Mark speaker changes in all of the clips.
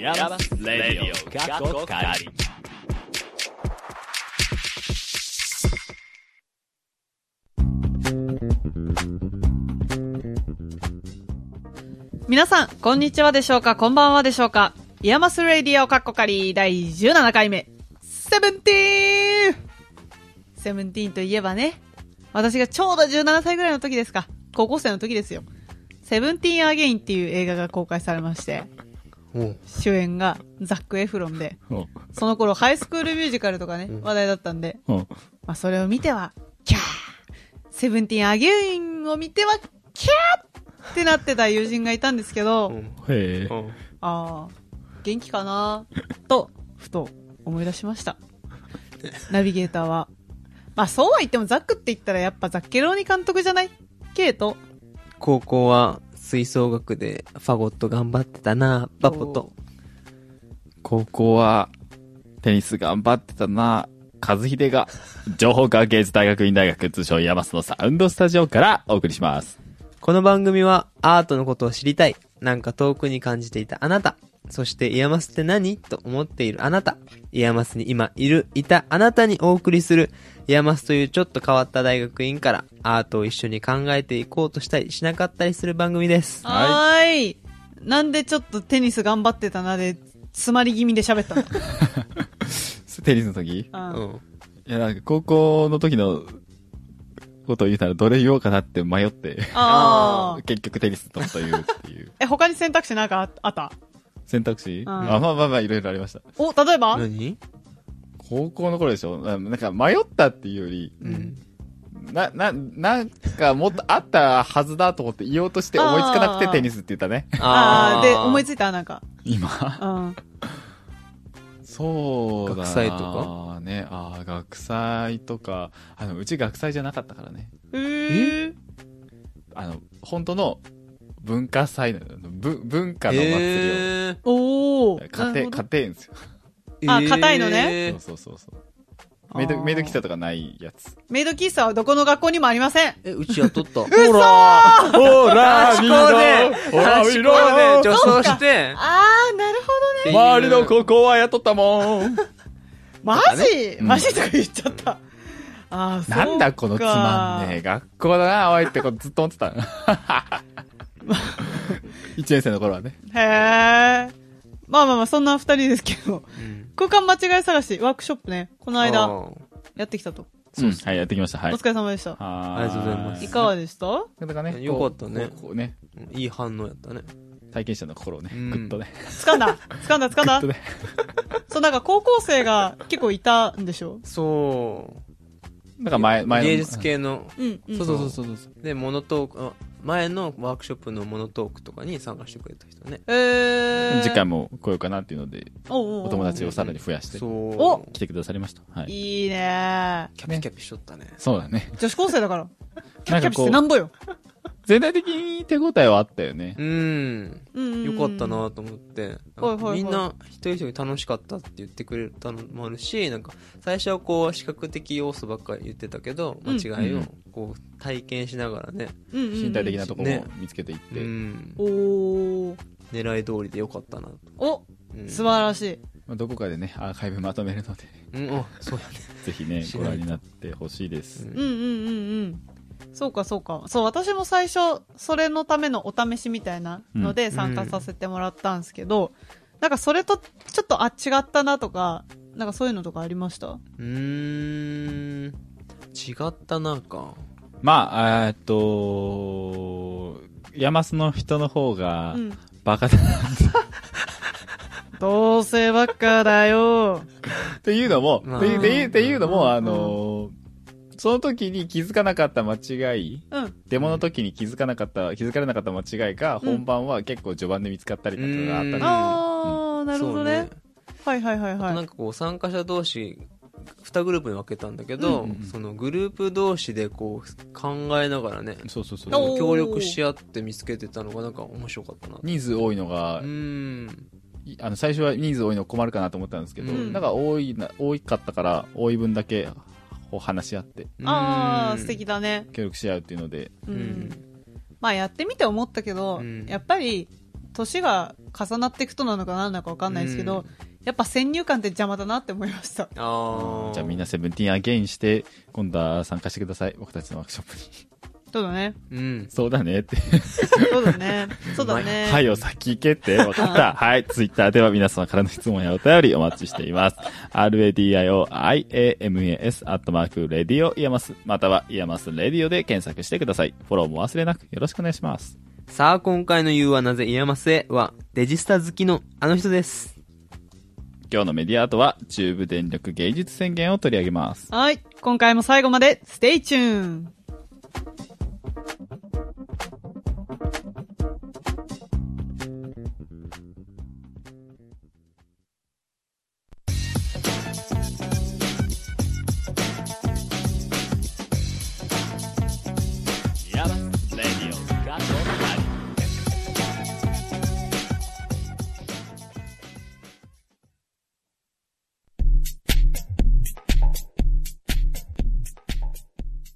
Speaker 1: ヤバスレディオ過去仮
Speaker 2: 皆さん、こんにちはでしょうかこんばんはでしょうかイヤマスレディオカッコカリ第17回目、セブンティーンセブンティーンといえばね、私がちょうど17歳ぐらいの時ですか高校生の時ですよ。セブンティーンアゲインっていう映画が公開されまして、
Speaker 3: うん
Speaker 2: 主演がザック・エフロンで、
Speaker 1: うん
Speaker 2: その頃ハイスクールミュージカルとかね、話題だったんで、
Speaker 1: うん
Speaker 2: まあそれを見ては、キャーセブンティーンアゲインを見ては、キャーってなってた友人がいたんですけど、
Speaker 3: うん
Speaker 1: へえ
Speaker 3: うん
Speaker 2: ああ、元気かなと、ふと思い出しました。ナビゲーターは。まあそうは言ってもザックって言ったらやっぱザッケローニ監督じゃないケイト。
Speaker 3: 高校は吹奏楽でファゴット頑張ってたなパポと
Speaker 1: 高校はテニス頑張ってたな和秀が情報科学芸術大学院大学通称イヤマスのサウンドスタジオからお送りします
Speaker 3: この番組はアートのことを知りたいなんか遠くに感じていたあなたそしてイヤマスって何と思っているあなたイヤマスに今いるいたあなたにお送りするイヤマスというちょっと変わった大学院からアートを一緒に考えていこうとしたりしなかったりする番組です
Speaker 2: は
Speaker 1: は
Speaker 2: ーい。なんでちょっとテニス頑張ってたなで、詰まり気味で喋ったの
Speaker 1: テニスの時
Speaker 3: う
Speaker 2: あー
Speaker 3: ん
Speaker 1: いやなんか高校の時のことを言うたらどれ言おうかなって迷って
Speaker 2: あー。
Speaker 1: 結局テニスのこと言うっていう
Speaker 2: え、他に選択肢なんかああった
Speaker 1: 選択肢
Speaker 2: ん
Speaker 1: あまあまあまあいろいろありました
Speaker 2: お、例えば
Speaker 3: 何
Speaker 1: 高校の頃でしょななんか迷ったっていうより
Speaker 3: うん
Speaker 1: な、な、なんかもっとあったはずだと思って言おうとして思いつかなく
Speaker 2: あー
Speaker 1: てテニスって言ったね。
Speaker 2: ああー、で、思い
Speaker 3: い
Speaker 2: ついたなんか。
Speaker 1: 今
Speaker 2: うん。
Speaker 1: そうだな
Speaker 3: 学祭とか
Speaker 1: ね、ああ、学祭とか、あの、うち学祭じゃなかったからね。
Speaker 2: えー、
Speaker 1: あの、本当の文化祭なの、ぶ文化
Speaker 3: た
Speaker 1: の祭りを、
Speaker 3: え
Speaker 2: おー。
Speaker 1: 家
Speaker 2: なる
Speaker 1: 庭、
Speaker 2: ほど
Speaker 1: 家庭園ですよ。
Speaker 2: あ硬いのね
Speaker 1: そうそうそうそう。メイド、メイド喫茶とかないやつ。
Speaker 2: メイド喫茶はどこの学校にもありません。
Speaker 3: え、うちは取った。ほ
Speaker 2: 嘘
Speaker 1: ほ
Speaker 3: ら、端っこで、端っこで、
Speaker 1: ろ
Speaker 3: 女装して、
Speaker 2: あー、なるほどね。
Speaker 1: 周りの高校は雇ったもん
Speaker 2: マジ、
Speaker 1: うん
Speaker 2: マジとか言っちゃった。あー、そうか
Speaker 1: なんだこのつまんねえ学校だな、おいってことずっと思って た。1年生の頃はね。
Speaker 2: へえ。まあまあまあ、そんな二人ですけど。 空間間違い探し、ワークショップね、この
Speaker 3: こ
Speaker 2: 間、やってきたと。
Speaker 1: うん、はい、やってきました。は
Speaker 2: お
Speaker 1: い。
Speaker 2: 疲れ様でした。
Speaker 1: あ
Speaker 3: ありがとうございます
Speaker 2: いかがでした
Speaker 1: なかなかね、
Speaker 3: よかったね
Speaker 1: こうこうね、
Speaker 3: いい反応やったね。
Speaker 1: 体験者の心をね、
Speaker 3: うん
Speaker 1: ぐっとね。
Speaker 2: 掴んだ掴 んだ掴ん
Speaker 1: ぐ
Speaker 2: だ
Speaker 1: っとね。
Speaker 2: そう、なんか高校生が結構いたんでしょ
Speaker 3: そ
Speaker 1: なんか前、
Speaker 3: う。
Speaker 1: 前の。
Speaker 3: 芸術系の、
Speaker 2: うん、うん。
Speaker 3: そう
Speaker 1: そうそうそうそう。
Speaker 3: で、モノトークあ、前のワークショップのモノトークとかに参加してくれた人ね。
Speaker 2: えー。
Speaker 1: 次回も来ようかなっていうので、
Speaker 2: おうおうおう
Speaker 1: お友達をさらに増やして
Speaker 3: そう。、
Speaker 2: お
Speaker 1: 来てくださりました。はい。
Speaker 2: いいね
Speaker 3: キャピキャピしとったね。
Speaker 1: そうだね。
Speaker 2: 女子高生だから。キャ
Speaker 1: な
Speaker 2: ピ
Speaker 1: んか
Speaker 2: キャピ
Speaker 1: こ
Speaker 2: し
Speaker 1: う
Speaker 2: て、なんぼよ。
Speaker 1: 全体的に手応えはあったよね
Speaker 3: う。ん。
Speaker 2: うん。
Speaker 3: よかった。なと思って、
Speaker 2: はいはいは
Speaker 3: み
Speaker 2: い
Speaker 3: んな一人一人楽しかったって言ってくれたのもあるしなんか最初はこう視覚的要素ばっかり言ってたけど
Speaker 2: うん
Speaker 3: 間違いを
Speaker 1: うん
Speaker 3: こう体験しながらね、
Speaker 2: うんうんうん。
Speaker 1: 身体的なとこも
Speaker 3: ね
Speaker 1: 見つけていっ
Speaker 3: う
Speaker 1: て。
Speaker 3: ん、
Speaker 2: おー。
Speaker 3: 狙い通りでよかったなと、
Speaker 2: お
Speaker 3: うん、
Speaker 2: 素晴らしい。
Speaker 1: まあどこかでね、アーカイブまとめるので、
Speaker 3: うんあそうやね
Speaker 1: ぜひね、
Speaker 3: し
Speaker 1: ご
Speaker 3: ないと
Speaker 1: 覧になってほしいです。
Speaker 2: うんうんうんうん。そうかそうか。そう、私も最初、それのためのお試しみたいなので参加させてもらったんですけど、なんかそれとちょっとあ違ったなとか、なんかそういうのとかありました
Speaker 3: うーん違ったなんか
Speaker 1: まあ、えーっと、山須の人の方が
Speaker 2: う、ん。
Speaker 1: バカだな、
Speaker 2: 同性ばっかだよ。
Speaker 1: っていうのも、
Speaker 3: まあ
Speaker 1: っていうっていうっていうの
Speaker 2: うん
Speaker 1: も、あのーその時に気づかなかった間違い、
Speaker 2: うん。
Speaker 1: デモの時に気づかなかった、気づかれなかった間違いが、
Speaker 2: うん
Speaker 1: 本番は結構序盤で見つかったりとかがあった
Speaker 3: うん
Speaker 1: り、
Speaker 2: あー、なるほどね
Speaker 3: そう。
Speaker 2: はいはいはいは
Speaker 3: ないん。かこう参加者同士2グループに分けたんだけど、
Speaker 1: うんうんうん
Speaker 3: そのグループ同士でこう考えながらね
Speaker 1: そうそうそう。
Speaker 2: おー
Speaker 3: 協力し合って見つけてたのがなんか面白かったな
Speaker 1: 人数多いのが
Speaker 3: う、ん
Speaker 1: いあの、最初は人数多いの困るかなと思ったんですけど、
Speaker 3: うん
Speaker 1: なんか多いな、多かったから、多い分だけ、こう話し合って、
Speaker 2: あ
Speaker 3: うん
Speaker 2: ー、素敵だね。
Speaker 1: 協力し合うっていうので、
Speaker 3: う
Speaker 2: う
Speaker 3: んん。
Speaker 2: まあやってみて思ったけど、
Speaker 3: うん
Speaker 2: やっぱり年が重なっていくとなのかなんなのかわかんないですけど、
Speaker 3: うん
Speaker 2: やっぱ先入観って邪魔だなって思いました。
Speaker 3: あ
Speaker 1: じゃあみん
Speaker 3: な。
Speaker 1: なセブンティーンアゲインして、今度は参加してください。僕たちのワークショップに。
Speaker 2: そうだね。
Speaker 3: うん。
Speaker 1: そうだねって。
Speaker 2: そうだね。そうだね。
Speaker 1: はいを先行けって。わかった。はい。ツイッターでは皆様からの質問やお便りお待ちしています。radioiamas アットマーク、レディオイヤマス、またはイヤマスレディオで検索してください。フォローも忘れなくよろしくお願いします。
Speaker 3: さあ、今回の言うはなぜイヤマスへは、デジスタ好きのあの人です。
Speaker 1: 今日のメディアアートは、中部電力芸術宣言を取り上げます。
Speaker 2: はい。今回も最後まで、ステイチューン
Speaker 1: イヤマスレディオが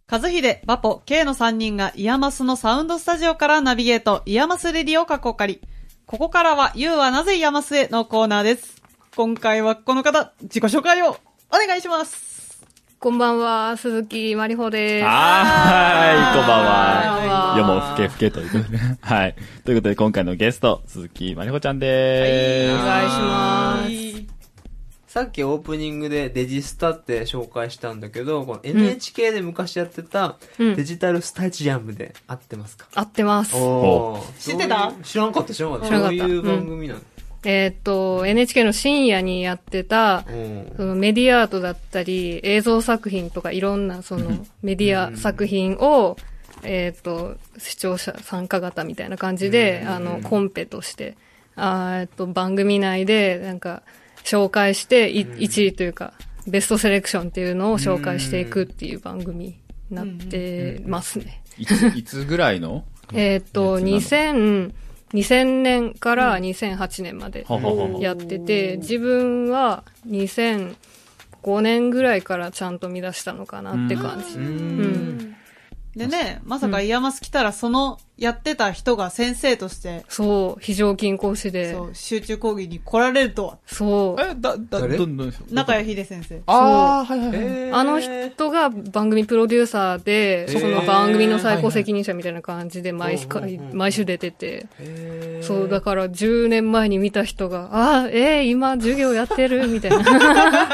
Speaker 2: 和秀、バポ、K の3人がイヤマスのサウンドスタジオからナビゲート、イヤマスレディをかっこかり。ここからは、You はなぜイヤマスへのコーナーです。今回はこの方、自己紹介をお願いします。
Speaker 4: こんばんは、鈴木まりほです。
Speaker 1: はーい、こんばんは。
Speaker 4: は
Speaker 1: よもふけふけということで。 はい。ということで、今回のゲスト、鈴木まりほちゃんで
Speaker 2: お
Speaker 1: ーす。
Speaker 2: 願いし
Speaker 3: ま
Speaker 2: ます。
Speaker 3: さっきオープニングでデジスタって紹介したんだけど、この NHK で昔やってた
Speaker 4: うん
Speaker 3: デジタルスタジアムで合ってますか、
Speaker 4: 合ってます。
Speaker 3: おー
Speaker 2: 知ってた
Speaker 3: どういう知らんかった、知らんかった。
Speaker 4: 知らんか
Speaker 3: そ
Speaker 4: っ
Speaker 3: う
Speaker 4: た
Speaker 3: いう番組なの。
Speaker 4: えーっと、NHK の深夜にやってた、
Speaker 3: うん
Speaker 4: そのメディアアートだったり、映像作品とかいろんなそのメディア作品を、えーっと、視聴者参加型みたいな感じで、あの、コンペとして、あーえーっと、番組内で、なんか、紹介して、い1位というか、ベストセレクションっていうのを紹介していくっていう番組になってますね。
Speaker 1: いついつぐらいの
Speaker 4: えーっと、
Speaker 1: やつ
Speaker 4: 2000、2000年から2008年まで
Speaker 1: はははは
Speaker 4: やってて、自分は2005年ぐらいからちゃんと見出したのかなって感じ。
Speaker 3: う。
Speaker 4: うんん。
Speaker 2: でね、まさかイヤマス来たら、その、やってた人が先生として、
Speaker 4: そう、非常勤講師で
Speaker 2: そ。う、集中講義に来られるとは。
Speaker 4: そう。
Speaker 1: え、だ、だ、
Speaker 3: 誰
Speaker 1: どんどん。
Speaker 2: 中谷秀先生。
Speaker 1: ああ、はいはいはい。
Speaker 3: えー
Speaker 4: あの人が番組プロデューサーで、
Speaker 3: へー
Speaker 4: その番組の最高責任者みたいな感じで毎回、
Speaker 3: うんうんうん
Speaker 4: 毎週出てて、
Speaker 3: へー
Speaker 4: そう、だから10年前に見た人が、ああ、えー、今授業やってるみたいな。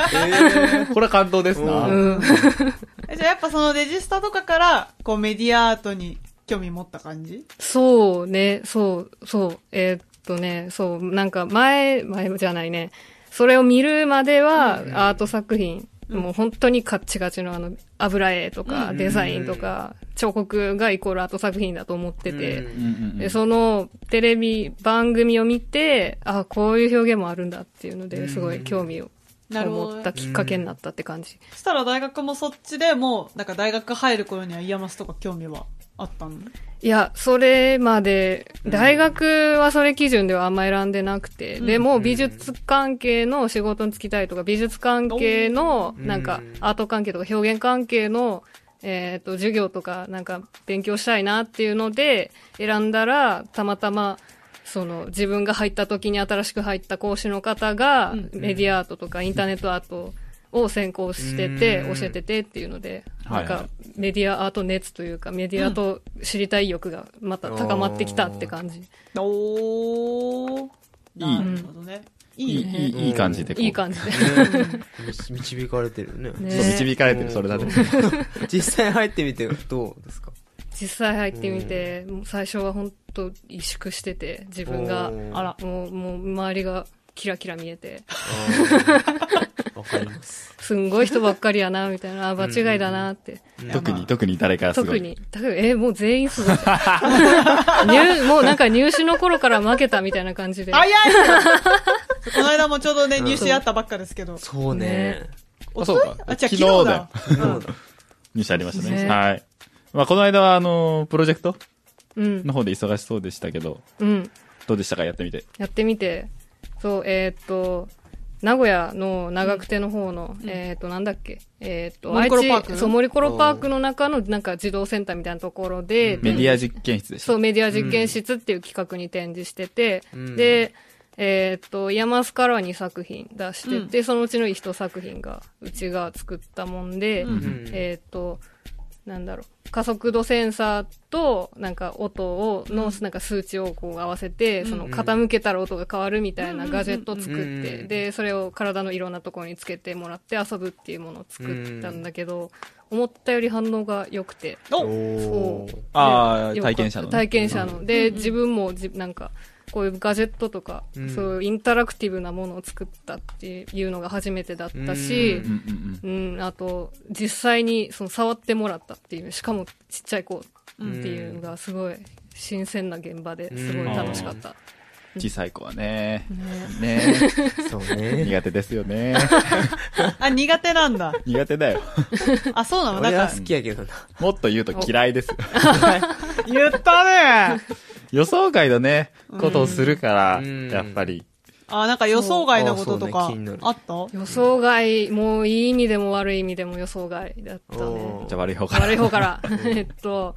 Speaker 3: え
Speaker 1: これは感動です
Speaker 3: な
Speaker 1: な。
Speaker 4: うん。
Speaker 2: えじゃあやっぱそのレジスタとかから、こうメディアアートに興味持った感じ
Speaker 4: そうね、そう、そう、えーっとね、そう、なんか前、前じゃないね、それを見るまではアート作品、もう本当にカッチカチのあの、油絵とかデザインとか、彫刻がイコールアート作品だと思って
Speaker 3: うん
Speaker 4: て、
Speaker 1: うんうんう
Speaker 4: で
Speaker 1: ん
Speaker 4: そのテレビ番組を見て、あ、こういう表現もあるんだっていうの
Speaker 3: う
Speaker 4: で、
Speaker 3: ん
Speaker 4: すごい興味を
Speaker 2: なるほど
Speaker 4: 持ったきっかけになったって感じ。
Speaker 2: そしたら大学もそっちでもう、なんか大学入る頃にはイヤマスとか興味はあったの
Speaker 4: いや、それまで、大学はそれ基準ではあんま選んでなくて、
Speaker 2: うん
Speaker 4: でも美術関係の仕事に就きたいとか、美術関係の、
Speaker 3: うん
Speaker 4: なんか
Speaker 3: うん、
Speaker 4: アート関係とか表現関係の、えっ、と、授業とか、なんか、勉強したいなっていうので、選んだら、たまたま、その、自分が入った時に新しく入った講師の方が、
Speaker 2: うん
Speaker 4: メディアアートとかインターネットアートを専攻してて、
Speaker 3: うん
Speaker 4: 教えててっていうので、
Speaker 1: は
Speaker 4: ないん
Speaker 1: はい
Speaker 4: か、メディアアート熱というか、メディアと知りたい欲がまた高まってきたって感じ。
Speaker 2: おー。なるほどね。い
Speaker 1: い
Speaker 2: い
Speaker 1: い、
Speaker 2: ね。
Speaker 1: いい、いい感じでこう。
Speaker 4: いい感じで。
Speaker 3: ね導かれてるね。
Speaker 4: ね
Speaker 1: そう導かれてる、それだね。
Speaker 3: 実際入ってみてどうですか
Speaker 4: 実際入ってみて、もう最初は本当萎縮してて、自分が
Speaker 3: お、ー
Speaker 4: あら、もう、もう周りがキラキラ見えて、
Speaker 3: わかります。
Speaker 4: すんごい人ばっかりやな、みたいな、あ場違いだなって。
Speaker 1: 特に、特に誰からすご
Speaker 4: 特
Speaker 1: い。
Speaker 4: に、特に、え、もう全員すごい。 入もうなんか入試の頃から負けたみたいな感じで。
Speaker 2: 早い この間もちょうどね、入試あったばっかですけど。
Speaker 3: そうね。
Speaker 2: お
Speaker 1: あそうか
Speaker 2: あ、じゃあ
Speaker 1: 昨日
Speaker 2: 昨日
Speaker 1: だ
Speaker 2: だ。
Speaker 1: 入試ありましたね。
Speaker 4: ね
Speaker 1: はい。まあ、この間は、あの、プロジェクト
Speaker 4: うん
Speaker 1: の。方で忙しそうでしたけど、
Speaker 4: うん。
Speaker 1: どうでしたかやってみて。
Speaker 4: やってみて、そう、えーっと、名古屋の長久手の方の、えっ、と、なんだっけ、えっ、と、
Speaker 2: 森コロパーク
Speaker 4: 愛知そう、森コロパークの中の、なんか児童センターみたいなところで、
Speaker 1: メディア実験室でし
Speaker 4: そ
Speaker 1: た
Speaker 4: う、。メディア実験室っていう企画に展示してて、
Speaker 3: ん
Speaker 4: で、えーっと、山スからは2作品出してて、そのうちの1作品が、うちが作ったもんで、
Speaker 2: うん
Speaker 3: ん
Speaker 4: えーっと、なんだろう、加速度センサーと、なんか音を、の、なんか数値をこう合わせて、
Speaker 2: うん
Speaker 4: その傾けたら音が変わるみたいなガジェットを作って、
Speaker 3: うん
Speaker 4: で、それを体のいろんなところにつけてもらって遊ぶっていうものを作ったんだけど、思ったより反応が良くて、
Speaker 2: お
Speaker 3: おー
Speaker 1: ああ、
Speaker 4: よかっ
Speaker 1: 体験者の。
Speaker 4: 体験者の。
Speaker 2: う
Speaker 4: で、
Speaker 2: んうん
Speaker 4: 自分もじ、なんか、こういうガジェットとか、
Speaker 3: うん
Speaker 4: そういうインタラクティブなものを作ったっていうのが初めてだったし
Speaker 3: う
Speaker 1: うん、うん
Speaker 4: うん、あと、実際にその触ってもらったっていう、しかもちっちゃい子っていうのがすごい新鮮な現場ですごい楽しかった。
Speaker 1: うん。小さい子はね、
Speaker 4: ね
Speaker 1: ね
Speaker 3: そうね。
Speaker 1: 苦手ですよ ね。
Speaker 2: あ、苦手なんだ。
Speaker 1: 苦手だよ。
Speaker 2: あ、そうなのだ
Speaker 3: 俺
Speaker 2: か
Speaker 3: は
Speaker 2: ら
Speaker 3: 好きやけどな。
Speaker 1: もっと言うと嫌いです。
Speaker 2: 言ったね
Speaker 1: 予想外のね、ことをするから、
Speaker 3: うん
Speaker 1: やっぱり。
Speaker 2: あ、なんか予想外のこととか
Speaker 3: そうあそうね気になる、
Speaker 2: あった
Speaker 4: 予想外、もういい意味でも悪い意味でも予想外だったね
Speaker 3: お。ー
Speaker 1: じゃあ悪い方から。
Speaker 4: 悪い 方から。えっと、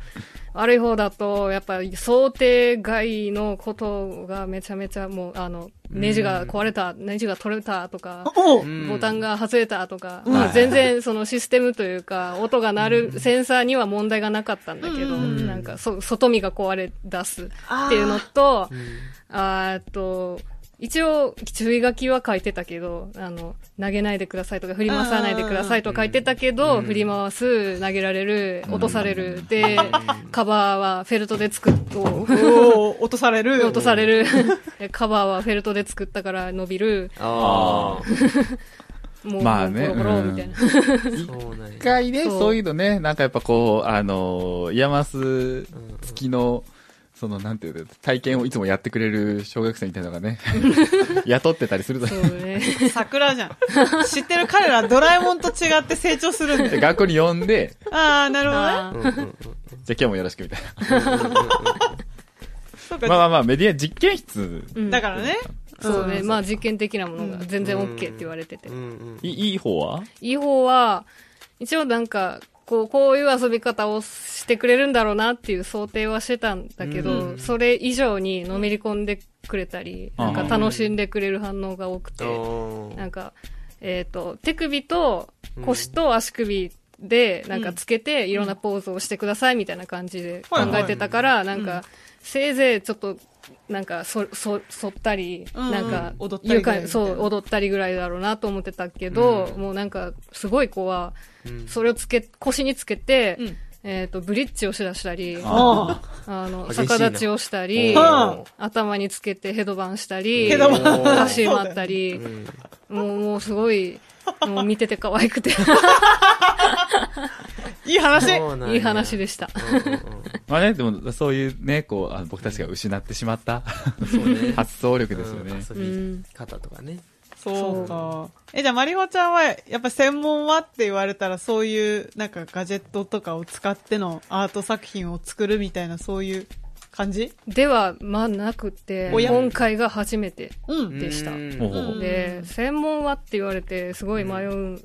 Speaker 4: 悪い方だと、やっぱり想定外のことがめちゃめちゃもう、あの、ネジが壊れた、ネジが取れたとか、
Speaker 2: おう
Speaker 3: うん
Speaker 4: ボタンが外れたとか、
Speaker 1: ん
Speaker 4: まあ
Speaker 1: はい
Speaker 4: 全然そのシステムというか、音が鳴るセンサーには問題がなかったんだけど、
Speaker 2: うん
Speaker 4: なんかそ、外見が壊れ出すっていうのと、あーっと、一応、注意書きは書いてたけど、あの、投げないでくださいとか、振り回さないでくださいとか書いてたけど、
Speaker 3: うん
Speaker 4: 振り回す、投げられる、落とされ
Speaker 1: う
Speaker 4: る。で、カバーはフェルトで作っと、
Speaker 2: おう落とされる。
Speaker 4: 落とされる。でカバーはフェルトで作ったから伸びる。
Speaker 3: あ
Speaker 4: もう、
Speaker 1: まあね
Speaker 4: ボロボロみたいな。
Speaker 3: あ。そうなんや
Speaker 1: 一。回ね、
Speaker 4: そう
Speaker 1: そういうのね、なんかやっぱこう、あのー、イヤマス付きの、その、なんていうの、体験をいつもやってくれる小学生みたいなのが ね、雇ってたりすると。
Speaker 4: そうね。
Speaker 2: 桜じゃん。知ってる彼らドラえもんと違って成長するんだ
Speaker 1: で
Speaker 2: よ。
Speaker 1: 学校に呼んで、
Speaker 2: ああ、なるほどね。
Speaker 4: あ
Speaker 3: う
Speaker 4: ー
Speaker 3: んうんうん
Speaker 1: じゃあ今日もよろしくみ たいな。
Speaker 2: そうか、
Speaker 1: まあまあまあ、メディア実験室、
Speaker 4: うん
Speaker 2: だからね。
Speaker 4: そうね。
Speaker 2: ん
Speaker 4: まあ実験的なものが全然 OK って言われてて。
Speaker 3: うん
Speaker 1: いいい方はい
Speaker 4: い方は、一応なんか、こう、こういう遊び方をしてくれるんだろうなっていう想定はしてたんだけど、
Speaker 3: うん
Speaker 4: それ以上にのめり込んでくれたり、
Speaker 1: あ
Speaker 4: な
Speaker 1: ー
Speaker 4: んか楽しんでくれる反応が多くて、
Speaker 3: うん。
Speaker 4: なんか、えっ、と、手首と腰と足首で、なんかつけて、いろんなポーズをしてくださいみたいな感じで考えてたから、なんか、せいぜいちょっと、なんか、そ、そ、そったり、
Speaker 2: うん
Speaker 4: なんか、
Speaker 2: 踊ったりぐらい
Speaker 4: ゆかそう、踊ったりぐらいだろうなと思ってたけど、もうなんか、すごい子は、それをつけ、腰につけて、
Speaker 2: うん
Speaker 4: えっ、と、ブリッジをしだしたり、あ
Speaker 2: あ
Speaker 4: の、
Speaker 3: 激しいな
Speaker 4: 逆立ちをしたり
Speaker 2: お、ー
Speaker 4: 頭につけてヘドバンしたり、
Speaker 2: ヘドバ
Speaker 3: ン
Speaker 4: 足回ったり、もう、もうすごい、もう見てて可愛くて、
Speaker 2: あ、いい話。
Speaker 4: いい話でした。
Speaker 1: まあね、でもそういうね、こう、あの僕たちが失ってしまった、
Speaker 3: す。そうね
Speaker 1: 発想力ですよね。
Speaker 3: うん遊び方とかね。
Speaker 2: そうか。え、じゃあ、マリホちゃんは、やっぱ専門はって言われたら、そういう、なんかガジェットとかを使ってのアート作品を作るみたいな、そういう感じ
Speaker 4: では、まあ、なくて、
Speaker 2: おや
Speaker 4: 今回が初めて
Speaker 2: うん。
Speaker 4: でした。
Speaker 3: うん
Speaker 1: ほうほう
Speaker 2: うん
Speaker 4: で、専門はって言われて、すごい迷うん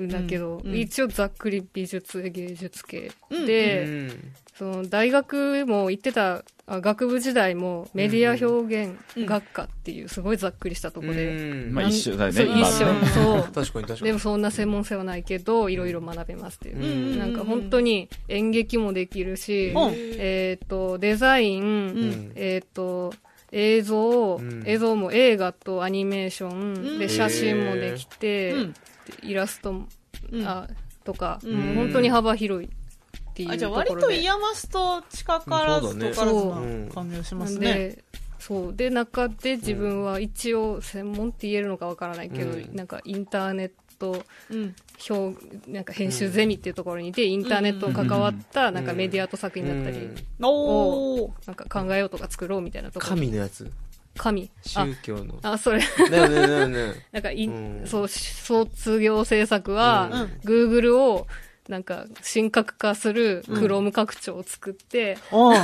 Speaker 4: だけど、
Speaker 2: うんうん
Speaker 4: 一応ざっくり美術芸術系
Speaker 2: うん
Speaker 4: で、
Speaker 3: うん
Speaker 4: その大学も行ってたあ学部時代もメディア表現学科っていうすごいざっくりしたとこで、
Speaker 3: うん
Speaker 1: まあ
Speaker 4: なん
Speaker 1: 一緒だよね
Speaker 4: そう
Speaker 1: 今
Speaker 4: 一
Speaker 1: は
Speaker 4: 緒
Speaker 2: ね
Speaker 4: そ
Speaker 3: 確
Speaker 4: う
Speaker 3: かに確か
Speaker 4: でも
Speaker 3: に。
Speaker 4: そんな専門性はないけどいろいろ学べますってい
Speaker 2: う
Speaker 4: う、
Speaker 2: ん
Speaker 4: なんか本当に演劇もできるし、
Speaker 2: うん
Speaker 4: えっ、とデザイン、
Speaker 2: ん
Speaker 4: えっ、と映像、
Speaker 3: うん
Speaker 4: 映像も映画とアニメーション、
Speaker 2: ん
Speaker 4: で写真もできて、
Speaker 2: うん。
Speaker 4: イラストも、
Speaker 2: うん
Speaker 4: あとか、
Speaker 2: うん
Speaker 4: もう本当に幅広いっていう
Speaker 2: あ、じゃ
Speaker 4: と
Speaker 2: あ、
Speaker 4: ころで
Speaker 2: 割とイヤマスと近からずとからずな感じがし
Speaker 4: な
Speaker 2: ます
Speaker 4: ん
Speaker 2: ね。
Speaker 4: で、そう。で、中で自分は一応専門って言えるのかわからないけど、
Speaker 3: うん
Speaker 4: なんかインターネット
Speaker 2: うん。
Speaker 4: 表、なんか編集ゼミっていうところにいて、インターネットを関わった、なんかメディアと作品だったり、
Speaker 3: うん
Speaker 2: おー。
Speaker 4: なんか考えようとか作ろうみたいなところ。
Speaker 3: 神のやつ。
Speaker 4: 神。あ
Speaker 3: 宗、教の。
Speaker 4: あ、それ。
Speaker 3: だよね、だよね。
Speaker 4: なんかい、
Speaker 3: うん
Speaker 4: そう、卒業制作は、
Speaker 2: う
Speaker 4: Google を、なんか、神格化する Chrome 拡張を作って、
Speaker 2: おー。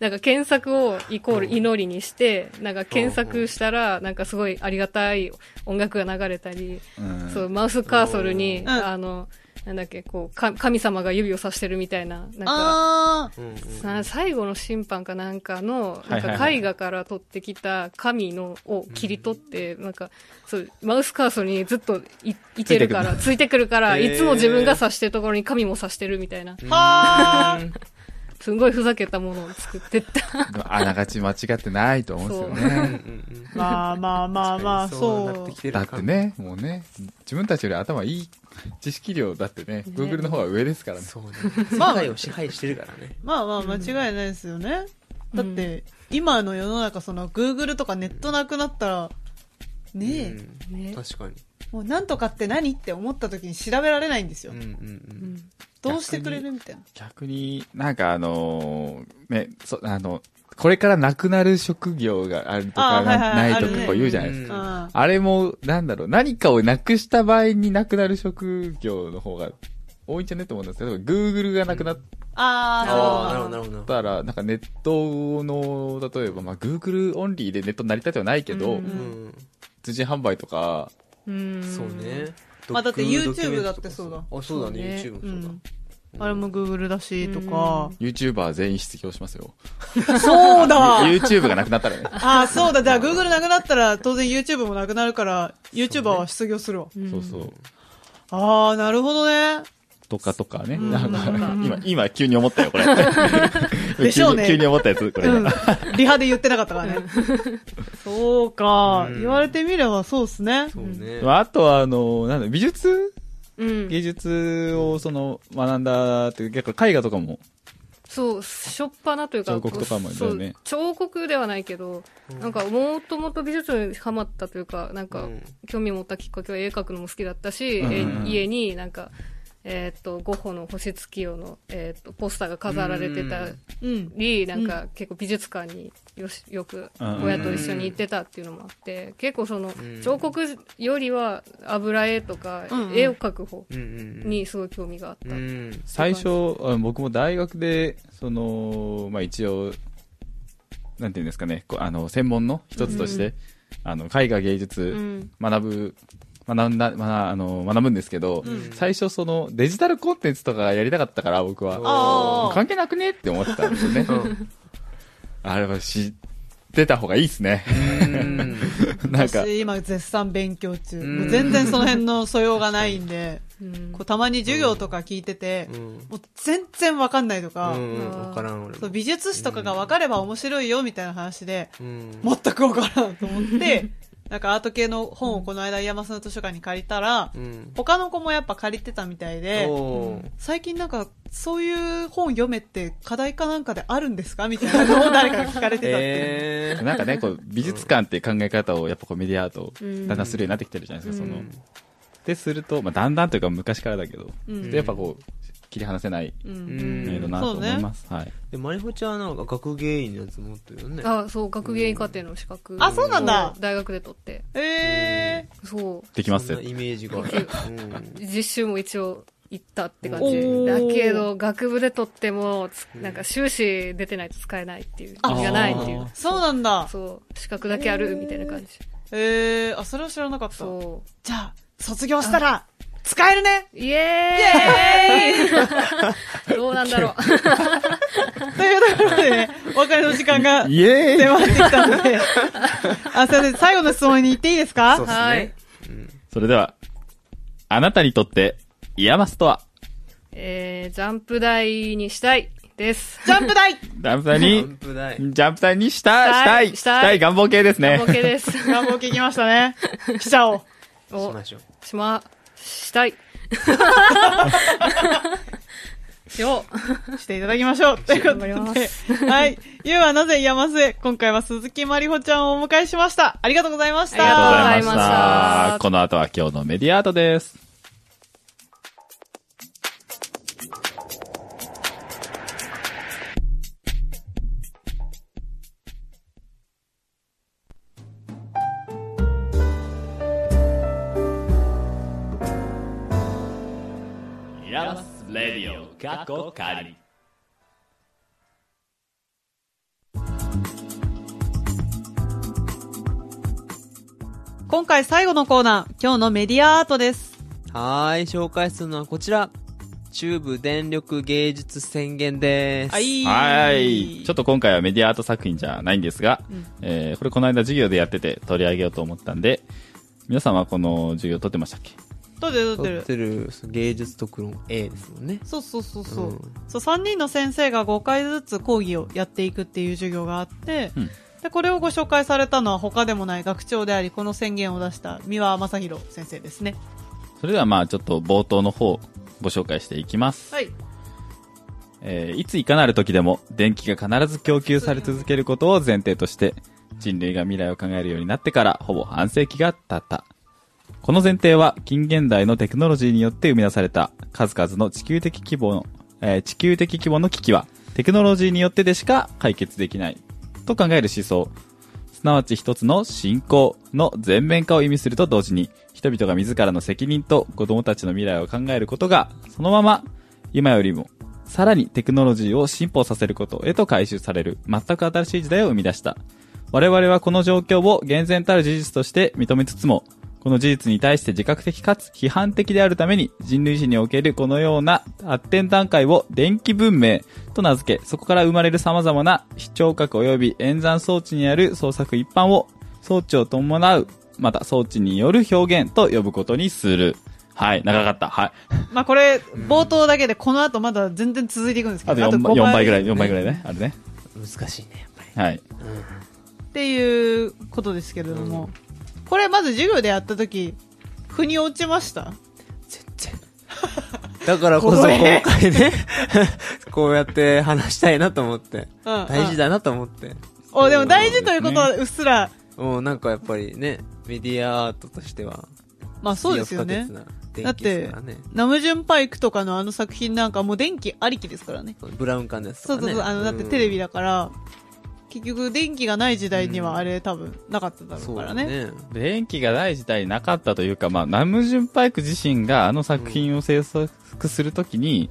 Speaker 4: なんか検索をイコール祈りにして、なんか検索したら、なんかすごいありがたい音楽が流れたり、
Speaker 1: うん
Speaker 4: そう、マウスカーソルに、
Speaker 2: ん
Speaker 4: あの、なんだっけ、こう、か神様が指をさしてるみたいな、なんか、
Speaker 2: あー。
Speaker 3: うんうん
Speaker 4: な最後の審判かなんかの、な
Speaker 1: はいは
Speaker 4: ん
Speaker 1: い
Speaker 4: か
Speaker 1: はい
Speaker 4: 絵画から取ってきた神のを切り取って、なんか、そう、マウスカーソルにずっといいてるから、ついてくるから、
Speaker 3: へー
Speaker 4: いつも自分が指してるところに神も指してるみたいな、
Speaker 2: はー。
Speaker 4: すんごいふざけたものを作ってった。
Speaker 1: あながち間違ってないと思うんですよ
Speaker 3: うん
Speaker 1: ね。
Speaker 3: うん
Speaker 2: まあまあまあまあ、
Speaker 3: そうな
Speaker 2: そ
Speaker 3: っ
Speaker 2: う
Speaker 3: て。きてる
Speaker 1: だってね、もうね、自分たちより頭いい知識量だってね、Google の方が上ですからね。
Speaker 3: そうね世
Speaker 2: まあ
Speaker 3: 界を支配してるからね
Speaker 2: まあまあ間違いないですよね。だって、今の世の中、その、Google とかネットなくなったら、ねえ、
Speaker 3: うん
Speaker 4: ね。
Speaker 3: 確かに
Speaker 2: もうなんとかって何って思った時に調べられないんですよ
Speaker 3: うん。うん
Speaker 2: どうしてくれるみたいな。
Speaker 1: 逆になんかあのーね、そ、あの、これからなくなる職業があるとか
Speaker 2: あーはい
Speaker 1: な
Speaker 2: はい
Speaker 1: ないと
Speaker 2: ある
Speaker 1: か
Speaker 2: ね
Speaker 1: こう言うじゃないですか。
Speaker 3: うん
Speaker 2: あ
Speaker 1: あれも、なんだろう、何かをなくした場合になくなる職業の方が多いんじゃねと思うんですけど、Google がなくなっ
Speaker 2: あ
Speaker 3: ああなる
Speaker 2: ー、
Speaker 3: ほどなるほど
Speaker 1: たら、なんかネットの、例えば、まあ、Google オンリーでネットになりたいとはないけど、
Speaker 4: うん
Speaker 3: うん
Speaker 1: 辻販売とか、
Speaker 4: うん。
Speaker 3: そうね
Speaker 2: まあだって
Speaker 3: ドキュメ
Speaker 2: YouTube
Speaker 3: ン
Speaker 2: だ
Speaker 3: トと
Speaker 2: って
Speaker 3: か
Speaker 2: そうだ
Speaker 3: あそうだね
Speaker 4: そ
Speaker 3: YouTube
Speaker 4: う
Speaker 3: もそうだ
Speaker 2: あれも Google だし、とか。
Speaker 1: YouTuber 全員失業しますよ。
Speaker 2: そうだ
Speaker 1: YouTube がなくなった らね。
Speaker 2: ああ、そうだ。じゃあ Google なくなったら、当然 YouTube もなくなるから、YouTuber は失業するわ。
Speaker 1: そうそう。
Speaker 2: ああ、なるほどね。
Speaker 1: とかとかね。
Speaker 2: ん
Speaker 1: なんか、
Speaker 2: うん
Speaker 1: 今、今急に思ったよ、 これ。
Speaker 2: でしょうね
Speaker 1: 急に急に思ったやつ、これ
Speaker 2: うん
Speaker 1: 今。。
Speaker 2: リハで言ってなかったからね。そうか
Speaker 3: う。ん
Speaker 2: 言われてみればそうですね。
Speaker 3: そうね
Speaker 1: まあ、あとは、あの、なんだ、美術
Speaker 4: うん。
Speaker 1: 芸術をその、学んだって、結構絵画とかも、
Speaker 4: そう、しょっぱなというか、
Speaker 1: 彫刻とかもだ
Speaker 4: そ
Speaker 1: よ
Speaker 4: う
Speaker 1: ね
Speaker 4: 彫刻ではないけど、なんか、もともと美術にハマったというか、なんか
Speaker 3: うん、
Speaker 4: 興味持ったきっかけは絵描くのも好きだったし、
Speaker 1: うん
Speaker 4: え家になんか、えーっと、ゴッホの星月夜の、えーっと、ポスターが飾られてた
Speaker 2: うん。
Speaker 4: り、なんか、結構美術館によし、よく、
Speaker 1: うん
Speaker 4: 親と一緒に行ってたっていうのもあって、結構その
Speaker 3: ん、
Speaker 4: 彫刻よりは油絵とか
Speaker 2: うんう、ん
Speaker 4: 絵を描く方
Speaker 3: うんうん
Speaker 4: にすごい興味があっ
Speaker 3: う
Speaker 4: た。
Speaker 3: ん
Speaker 1: 最初、あ僕も大学で、その、まあ一応、なんていうんですかね、こうあの、専門の一つとして、あの、絵画芸
Speaker 4: う
Speaker 1: 術、
Speaker 4: ん。
Speaker 1: 学ぶ、学んだ、学あの学ぶんですけど、
Speaker 2: うん
Speaker 1: 最初その、デジタルコンテンツとかやりたかったから、僕は。
Speaker 2: ああ。
Speaker 1: 関係なくねって思ってたんですよね。 あれは知ってた方がいいですね。
Speaker 3: うん
Speaker 1: なんか、
Speaker 2: 私今絶賛勉強中。
Speaker 3: うん
Speaker 2: もう全然その辺の素養がないんで、
Speaker 4: うん
Speaker 2: こうたまに授業とか聞いてて
Speaker 3: う、ん
Speaker 2: もう全然わかんないとか、
Speaker 3: うんわからん俺
Speaker 2: そう
Speaker 3: も
Speaker 2: 美術史とかがわかれば面白いよみたいな話で、
Speaker 3: うん
Speaker 2: 全くわからんと 思って、なんかアート系の本をこの間山の図書館に借りたら
Speaker 3: う、ん
Speaker 2: 他の子もやっぱ借りてたみたいで、
Speaker 3: おー
Speaker 2: 最近なんか、そういう本読めって課題かなんかであるんですかみたいなのを誰かが聞かれてたっていう。
Speaker 3: えー
Speaker 1: なんかね、こう、美術館っていう考え方を、やっぱこう、メディアアート、だんだんするようになってきてるじゃないですか、その。で、すると、まあ、だんだんというか、昔からだけど、
Speaker 2: うん
Speaker 1: でやっぱこう、切り離せない
Speaker 2: うん
Speaker 1: メイドなと思います。はい。
Speaker 3: でマリホちゃんはなんか学芸員のやつ持ってるよね
Speaker 4: あ、そう、学芸員課程の資格。
Speaker 2: あそうなんだ
Speaker 4: 大学で取って。
Speaker 2: え
Speaker 4: そう。
Speaker 1: できます
Speaker 3: そんなイメージがある
Speaker 4: 実習も一応行ったって感
Speaker 2: お
Speaker 4: じ。だ
Speaker 2: ー
Speaker 4: けど、学部で取っても、つなんか修士出てないと使えないっていう。
Speaker 2: あ
Speaker 4: 意味がないっていう
Speaker 2: ー、。そうなんだ。
Speaker 4: そう。資格だけあるみたいな感じ。
Speaker 2: ええー、あ、それは知らなかった。
Speaker 4: そ
Speaker 2: じゃあ、卒業したら、使えるね
Speaker 4: う。イエーイどうなんだろう。
Speaker 2: というところでね、お別れの時 間が
Speaker 1: イエーイ
Speaker 2: 迫ってきたので、あ、すいません、最後の質問に行っていいです
Speaker 3: そう
Speaker 2: か
Speaker 3: っす
Speaker 4: は
Speaker 3: ね
Speaker 4: い
Speaker 1: それでは、あなたにとって、イヤマスとは、
Speaker 4: えー、ジャンプ台にしたいです。
Speaker 2: ジャンプ台
Speaker 1: ダンプター
Speaker 3: ジ
Speaker 1: に
Speaker 3: ャン、プ台
Speaker 1: ジャンプターにした、したい、し
Speaker 4: したい
Speaker 1: たい、願望系ですね。
Speaker 4: OK です。
Speaker 2: 願望聞きま したね。記者を。
Speaker 4: お
Speaker 3: しましょう
Speaker 4: しま、し たい。しよう。
Speaker 2: していただきま しょう。ということ
Speaker 4: 頑張りま
Speaker 2: で。はい。ゆうはなぜ山末今回は鈴木まりほちゃんをお迎えしました。ありがとうございまし
Speaker 1: ありがとうご
Speaker 2: た。
Speaker 1: ざいまし
Speaker 4: ありがとうございましたた。
Speaker 1: この後は今日のメディアアートです。
Speaker 2: 今回最後のコーナー、今日のメディアアートです。
Speaker 3: はーい、紹介するのはこちら。中部電力芸術宣言です。
Speaker 2: い
Speaker 1: はい。ちょっ
Speaker 2: と。
Speaker 1: と今回はメディアアート作品じゃないんですが、
Speaker 2: うん
Speaker 1: えーこれこの間授業でやってて取り上げようと思ったんで、皆さんはこの授業取ってましたっけ
Speaker 2: 撮ってる撮っ
Speaker 3: 撮っ
Speaker 2: てる。
Speaker 3: てる芸術特論 A ですもんね。
Speaker 2: そうそうそうそう。
Speaker 3: うん
Speaker 2: そう、3人の先生が5回ずつ講義をやっていくっていう授業があって、
Speaker 1: うん
Speaker 2: で、これをご紹介されたのは他でもない学長であり、この宣言を出した三輪正宏先生ですね。
Speaker 1: それではまあちょっと冒頭の方ご紹介していきます。
Speaker 2: はい。
Speaker 1: えーいついかなる時でも電気が必ず供給され続けることを前提として、人類が未来を考えるようになってからほぼ半世紀が経った。この前提は近現代のテクノロジーによって生み出された数々の地球的規模の、えー地球的規模の危機はテクノロジーによってでしか解決できないと考える思想。すなわち一つの信仰の全面化を意味すると同時に、人々が自らの責任と子供たちの未来を考えることが、そのまま今よりもさらにテクノロジーを進歩させることへと回収される全く新しい時代を生み出した。我々はこの状況を厳然たる事実として認めつつも、この事実に対して自覚的かつ批判的であるために人類史におけるこのような発展段階を電気文明と名付け、そこから生まれる様々な視聴覚及び演算装置にある創作一般を装置を伴う、また装置による表現と呼ぶことにする。はい、長かった。はい。
Speaker 2: まあこれ、冒頭だけでこの後まだ全然続いていくんですけど、
Speaker 1: あと 4,
Speaker 2: 五
Speaker 1: 4倍ぐらい、4倍ぐらいね。あるね。
Speaker 3: 難しいね、やっぱり。
Speaker 1: はい。
Speaker 2: っていうことですけれども、これまず授業でやった時、腑に落ちました
Speaker 3: 全然。だからこそ
Speaker 2: ここ
Speaker 3: 今
Speaker 2: へ
Speaker 3: 回ね、 こうやって話したいなと思って。
Speaker 2: うん
Speaker 3: 大事だなと思って。
Speaker 2: お、でも大事ということはうっすら、
Speaker 3: もうなんかやっぱりね、メディアアートとしては。
Speaker 2: まあそうですよね
Speaker 3: 必。要不可欠な電気ですからね。
Speaker 2: ナムジュンパイクとかのあの作品なんかもう電気ありきですからね。
Speaker 3: ブラウン管ですと
Speaker 2: そう
Speaker 3: か
Speaker 2: そう
Speaker 3: ね。
Speaker 2: そう、あの、だってテレビだから、結局電気がない時代にはあれ多分なかっただ
Speaker 3: だ
Speaker 2: ろうからね。
Speaker 1: 電気がない時代なかったというか、まあ、ナムジュンパイク自身があの作品を制作するときに、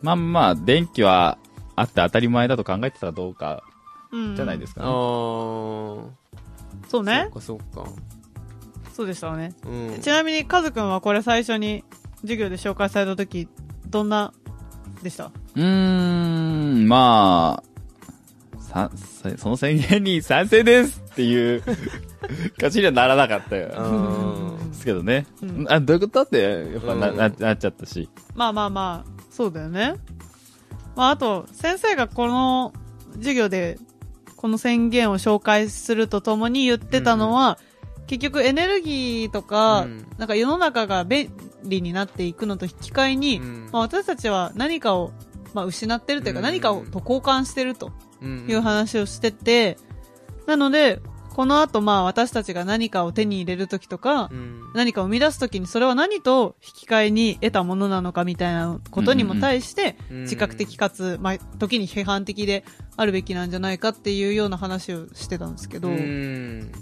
Speaker 1: まあまあ、電気はあって当たり前だと考えてたらどうか
Speaker 2: うん。
Speaker 1: じゃないです
Speaker 3: あ
Speaker 1: か、
Speaker 3: あ
Speaker 1: ね
Speaker 3: ー。
Speaker 2: そうね。
Speaker 3: そうかそうか。
Speaker 2: そうでしたわね。
Speaker 3: うん。
Speaker 2: ちなみにカズくんはこれ最初に授業で紹介された時、どんなでした
Speaker 1: うーん、まあ、さ、さその宣言に 賛成ですって いう感じにはならなかった
Speaker 3: う
Speaker 1: よ。
Speaker 3: ん
Speaker 1: ですけどね。
Speaker 2: うん
Speaker 1: あ、どういうことって、やっぱな、
Speaker 3: うん
Speaker 1: ななっちゃったし。
Speaker 2: まあまあまあ、そうだよね。まああと、先生がこの授業で、この宣言を紹介するとともに言ってたのは、結局エネルギーとか、
Speaker 3: うん
Speaker 2: なんか世の中が便利になっていくのと引き換えに、
Speaker 3: うん
Speaker 2: まあ、私たちは何かを、まあ、失ってるというか、
Speaker 3: うん
Speaker 2: 何かをと交換してると
Speaker 3: うん
Speaker 2: いう話をしてて、なので、この後まあ私たちが何かを手に入れるときとか、
Speaker 3: うん
Speaker 2: 何かを生み出すときにそれは何と引き換えに得たものなのかみたいなことにも対して
Speaker 3: うん
Speaker 2: 自覚的かつ、まあ、時に批判的であるべきなんじゃないかっていうような話をしてたんですけど、
Speaker 3: う
Speaker 2: うん
Speaker 3: ん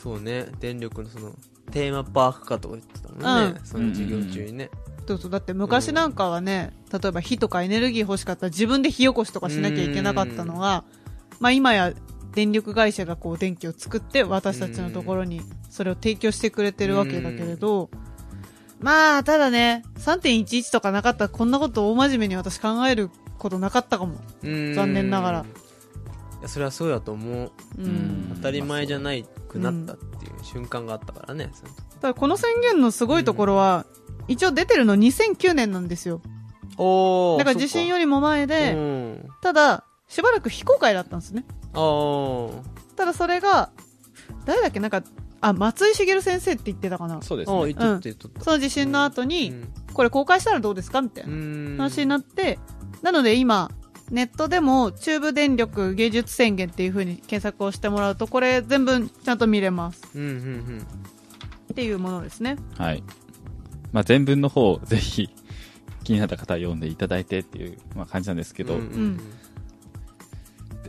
Speaker 3: そうね電力のそのテーマパーク化とか言ってたもんね、
Speaker 2: うん
Speaker 3: その授業中にね、
Speaker 2: そうそうだって昔なんかはね、例えば火とかエネルギー欲しかったら自分で火起こしとかしなきゃいけなかったのが、まあ、今や電力会社がこう電気を作って私たちのところにそれを提供してくれてるわけだけれど、まあただね3.11とかなかったらこんなこと大真面目に私考えることなかったかも。
Speaker 3: うん
Speaker 2: 残念ながら
Speaker 3: いやそれはそうやと思う
Speaker 2: う
Speaker 1: うんん
Speaker 3: 当たり前じゃないくなったっていう瞬間があったからね、その時
Speaker 2: ただこの宣言のすごいところは、一応出てるの2009年なんですよ。
Speaker 3: おお
Speaker 2: だから地震よりも前
Speaker 3: り
Speaker 2: で、
Speaker 3: うん、
Speaker 2: ただ、しばらく非公開だったんですね。
Speaker 3: あー
Speaker 2: ただそれが、誰だっけなんか、あ、松井茂先生って言ってたかな。そ
Speaker 1: そうです
Speaker 3: あ
Speaker 1: ね。
Speaker 3: ー言っとって言っとった
Speaker 2: の地震の後に、
Speaker 3: うん
Speaker 2: これ公開したらどうですかみたいな
Speaker 3: うん
Speaker 2: 話になって、なので今、ネットでも中部電力芸術宣言っていう風に検索をしてもらうと、これ全部ちゃんと見れます。
Speaker 3: うんうんうん
Speaker 2: っていうものですね。
Speaker 1: はい。まあ、全文の方、 ぜひ、気になった方は読んでいただいてっていう、まあ、感じなんですけど、
Speaker 3: うんうん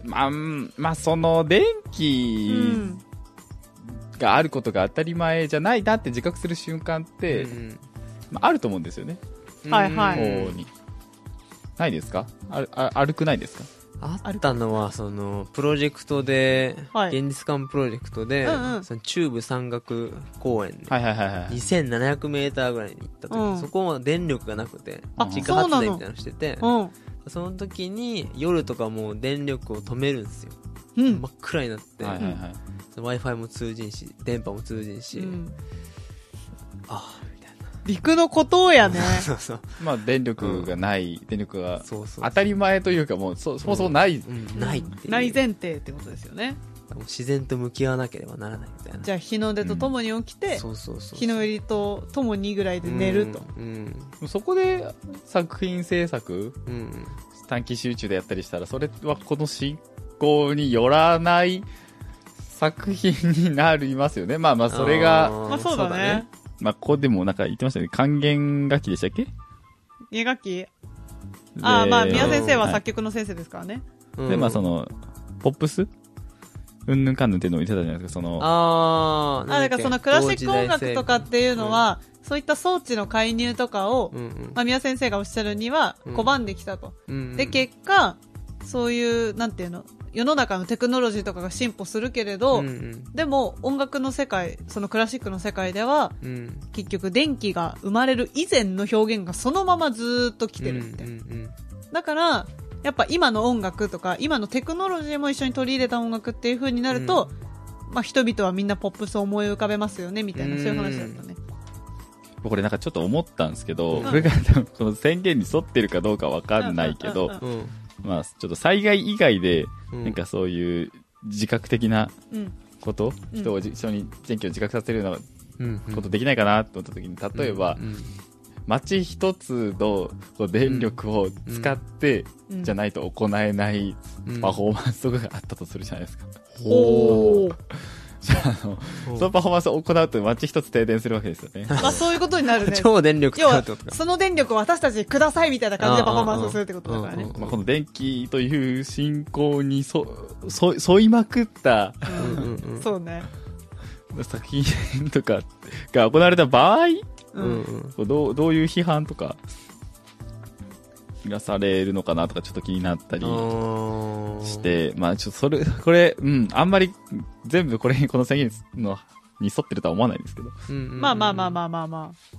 Speaker 1: まあ、うんまあ、その、電
Speaker 2: う
Speaker 1: 気
Speaker 2: ん。
Speaker 1: があることが当たり前じゃないなって自覚する瞬間って、
Speaker 3: うん
Speaker 1: まあ、あると思うんですよね。
Speaker 3: うん
Speaker 2: はいはい
Speaker 1: こうに。ないですかあるあ、歩くないですか
Speaker 3: あ
Speaker 2: ある
Speaker 3: ったのは、その、プロジェクトで、
Speaker 2: はい
Speaker 3: 現実館プロジェクトで、
Speaker 2: うんうん
Speaker 3: その中部山岳公園で、
Speaker 1: はいはいはいはい。
Speaker 3: 2700メーターぐらいに行った時、
Speaker 2: うん
Speaker 3: そこは電力がなくて、
Speaker 2: あ
Speaker 3: 自家
Speaker 2: そう
Speaker 3: 発
Speaker 2: なの
Speaker 3: 電みたいなのしてて、
Speaker 2: うん。
Speaker 3: その時に夜とかもう電力を止めるんですよ。
Speaker 2: うん
Speaker 3: 真。っ暗になって、
Speaker 1: はいはいはい。
Speaker 3: その Wi-Fi も通じんし、電波も通じんし、
Speaker 2: うん
Speaker 3: ああ、みたいな。
Speaker 2: 陸のことやね。
Speaker 3: そうそう。
Speaker 1: まあ、電力がない、電力が
Speaker 3: そうそう。
Speaker 1: 当たり前というか、もうそ、そもそもない。
Speaker 3: うん、 ないっていう。
Speaker 2: ない前提ってことですよね。
Speaker 3: もう自然と向き合わなければならないみたいな。
Speaker 2: じゃあ日の出とともに起きて、
Speaker 3: そうそうそう。
Speaker 2: 日の入りとともにぐらいで寝ると。
Speaker 3: うん。
Speaker 1: そこで作品制作、
Speaker 3: うん。うん
Speaker 1: 短期集中でやったりしたら、それはこの進行によらない作品になりますよね。まあまあ、それが、
Speaker 3: ー
Speaker 2: まあそうだね。
Speaker 1: まあ、ここでもなんか言ってましたね。還元楽器でしたっけ
Speaker 2: 二学期ああ、まあ、
Speaker 1: で
Speaker 2: 宮先生は
Speaker 1: はい
Speaker 2: 作曲の先生ですからね。
Speaker 3: そうだね
Speaker 1: で、まあそ
Speaker 3: の、
Speaker 1: の、ポップスうんぬんかんぬんっていうのを言ってたじゃないですか、その、
Speaker 3: あー
Speaker 2: あだからそのクラシック音楽とか、っていうのは、そういった装置の介入とかを、
Speaker 3: うんうん
Speaker 2: まあ、宮先生がおっしゃるには
Speaker 3: うん
Speaker 2: 拒んできたと。
Speaker 3: うん
Speaker 2: で、結果、そういう、なんていうの、世の中のテクノロジーとかが進歩するけれど、
Speaker 3: うんうん
Speaker 2: でも音楽の世界、そのクラシックの世界では、
Speaker 3: うん、
Speaker 2: 結局電気が生まれる以前の表現がそのままずーっと来てるみたいな。
Speaker 3: うんうんうん
Speaker 2: だから、やっぱ今の音楽とか、今のテクノロジーも一緒に取り入れた音楽っていう風になると、まあ人々はみんなポップスを思い浮かべますよね、みたいな、
Speaker 3: うん
Speaker 2: そういう話だったね。
Speaker 1: これなんかちょっと思ったんですけど、
Speaker 3: うん
Speaker 1: これが多分この宣言に沿ってるかどうかわかんないけ
Speaker 2: うんうんうん
Speaker 1: ど、
Speaker 3: うん
Speaker 1: まあちょっと災害以外で、
Speaker 3: うん
Speaker 1: なんかそういう自覚的な
Speaker 2: うん。
Speaker 1: こと、
Speaker 2: うん
Speaker 1: 人を一緒に電気を自覚させるよう
Speaker 3: うんう
Speaker 1: なんことできないかなと思った時に、例えば
Speaker 3: う、ん
Speaker 1: 街一つのこう電力を使って、
Speaker 2: うん
Speaker 1: じゃないと行えない
Speaker 3: うん
Speaker 1: パフォーマンスとかがあったとするじゃないですか。
Speaker 2: おー。
Speaker 1: じゃあ、あの、そのパフォーマンスを行うと街一つ停電するわけですよね。
Speaker 2: まあそういうことになる ね。
Speaker 3: 超電力
Speaker 2: 要
Speaker 3: 使うっ
Speaker 2: は
Speaker 3: てこと、か
Speaker 2: その電力を私たちにくださいみたいな感じでパフォーマンスをするってことだから
Speaker 3: う
Speaker 2: ね
Speaker 3: ん。
Speaker 1: まあ、この電気という信仰にそ、そ、沿いまくった
Speaker 3: うん
Speaker 2: う
Speaker 3: うんんうん
Speaker 2: そうね。
Speaker 1: 作品とかが行われた場合、
Speaker 2: う
Speaker 3: うん
Speaker 2: ん。
Speaker 3: うん
Speaker 1: どう、どういう批判とか、がされるのかなとかちょっと気になったり
Speaker 3: あー
Speaker 1: して、まあちょっとそれ、これ、うん、あんまり全部これ に、この宣言の、に沿ってるとは思わないんですけど。
Speaker 3: うんうんうん
Speaker 2: まあまあまあまあまあまあ。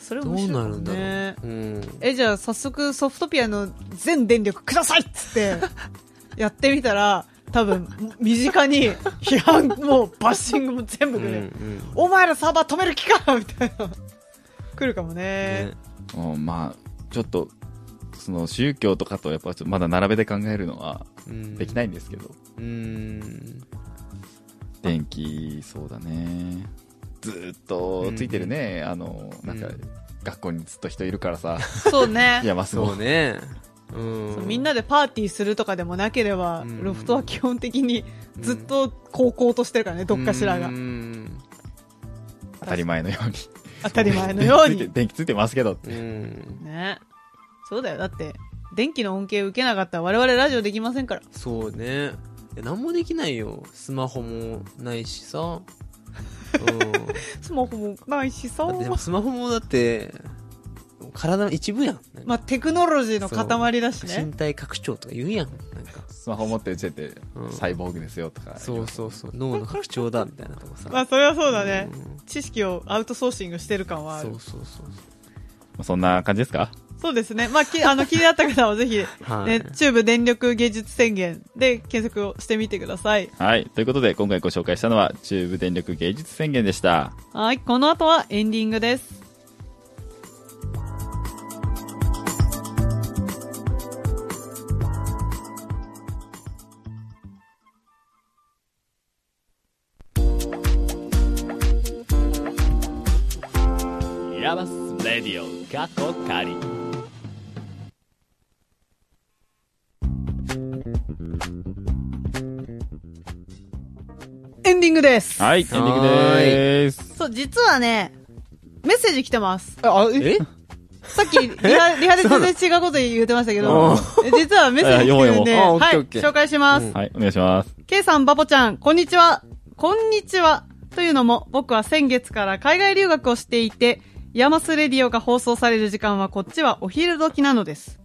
Speaker 2: それ
Speaker 3: ど
Speaker 2: 面
Speaker 3: う
Speaker 2: 白い
Speaker 3: な
Speaker 2: か
Speaker 3: る
Speaker 2: も
Speaker 3: んだろ
Speaker 2: ね
Speaker 3: う。うん
Speaker 2: え、じゃあ早速ソフトピアの全電力くださいっつって、やってみたら、多分、身近に批判もバッシングも全部
Speaker 3: うん
Speaker 2: く
Speaker 3: う
Speaker 2: れる。
Speaker 3: ん
Speaker 2: お前らサーバー止める気かみたいな。来るかもね
Speaker 3: ね。
Speaker 1: うん、まあちょっと、その宗教とかとやっぱちょっとまだ並べて考えるのは
Speaker 3: うん
Speaker 1: できないんですけど。
Speaker 3: うん
Speaker 1: 電気そうだねずーっとついてるね、あのなんか、
Speaker 3: うん
Speaker 1: 学校にずっと人いるから さ
Speaker 2: そうね
Speaker 1: い。やまあそ
Speaker 3: そう
Speaker 1: う
Speaker 3: ねうん
Speaker 2: そうみんなでパーティーするとかでもなければ、
Speaker 3: うん
Speaker 2: ロフトは基本的にずっと高校としてるからね、どっかしらが
Speaker 3: う。ん
Speaker 1: 当たり前のよ うに
Speaker 2: 当たり前のよ う
Speaker 1: ついて
Speaker 2: に。
Speaker 1: 電気ついてますけど
Speaker 3: うん
Speaker 2: ね。そうだよ。だって、電気の恩恵を受けなかったら我々ラジオできませんから。
Speaker 3: そうねいや何もできないよスマホもないしさ、 うん、だ
Speaker 2: スマホもないしさ。
Speaker 3: ってでもスマホもだって体の一部やんなんか
Speaker 2: まあ、テクノロジーの塊だしね
Speaker 3: 身。体拡張とか言うやんなんか
Speaker 1: スマホ持ってる時点で
Speaker 3: うん
Speaker 1: サイボーグですよとか、
Speaker 3: そうそうそう脳の拡張だみたいなとこさ
Speaker 2: まあ、それはそうだね
Speaker 3: う。ん
Speaker 2: 知識をアウトソーシングしてる感はあ
Speaker 3: そ
Speaker 2: る
Speaker 3: う。そうそう
Speaker 1: まあそんな感じですか
Speaker 2: そうですね。まあ、き、あ の、気になった方はぜひ、
Speaker 3: はい
Speaker 2: ね、中部電力芸術宣言で検索をしてみてください。
Speaker 1: はいということで今回ご紹介したのは中部電力芸術宣言でした
Speaker 2: はい、この後はエンディングです。
Speaker 1: ヤバスレディオ過去仮
Speaker 2: エンディングです。
Speaker 1: はいエンディングでーす
Speaker 2: そう、実はね、メッセージ来てます。
Speaker 1: あ
Speaker 3: え
Speaker 2: さっき、リハ、リハで全然違うこと言ってましたけ
Speaker 3: う
Speaker 2: ど
Speaker 3: ん、
Speaker 2: 実はメッセージ来てるん で、
Speaker 3: あ読もう
Speaker 2: はい、
Speaker 3: あオッケーオッケー
Speaker 2: 紹介します。
Speaker 3: うん
Speaker 1: はいお願いします
Speaker 2: K さん、バボちゃん、こんにちは。こんにちは。というのも、僕は先月から海外留学をしていて、ヤマスレディオが放送される時間はこっちはお昼時なのです。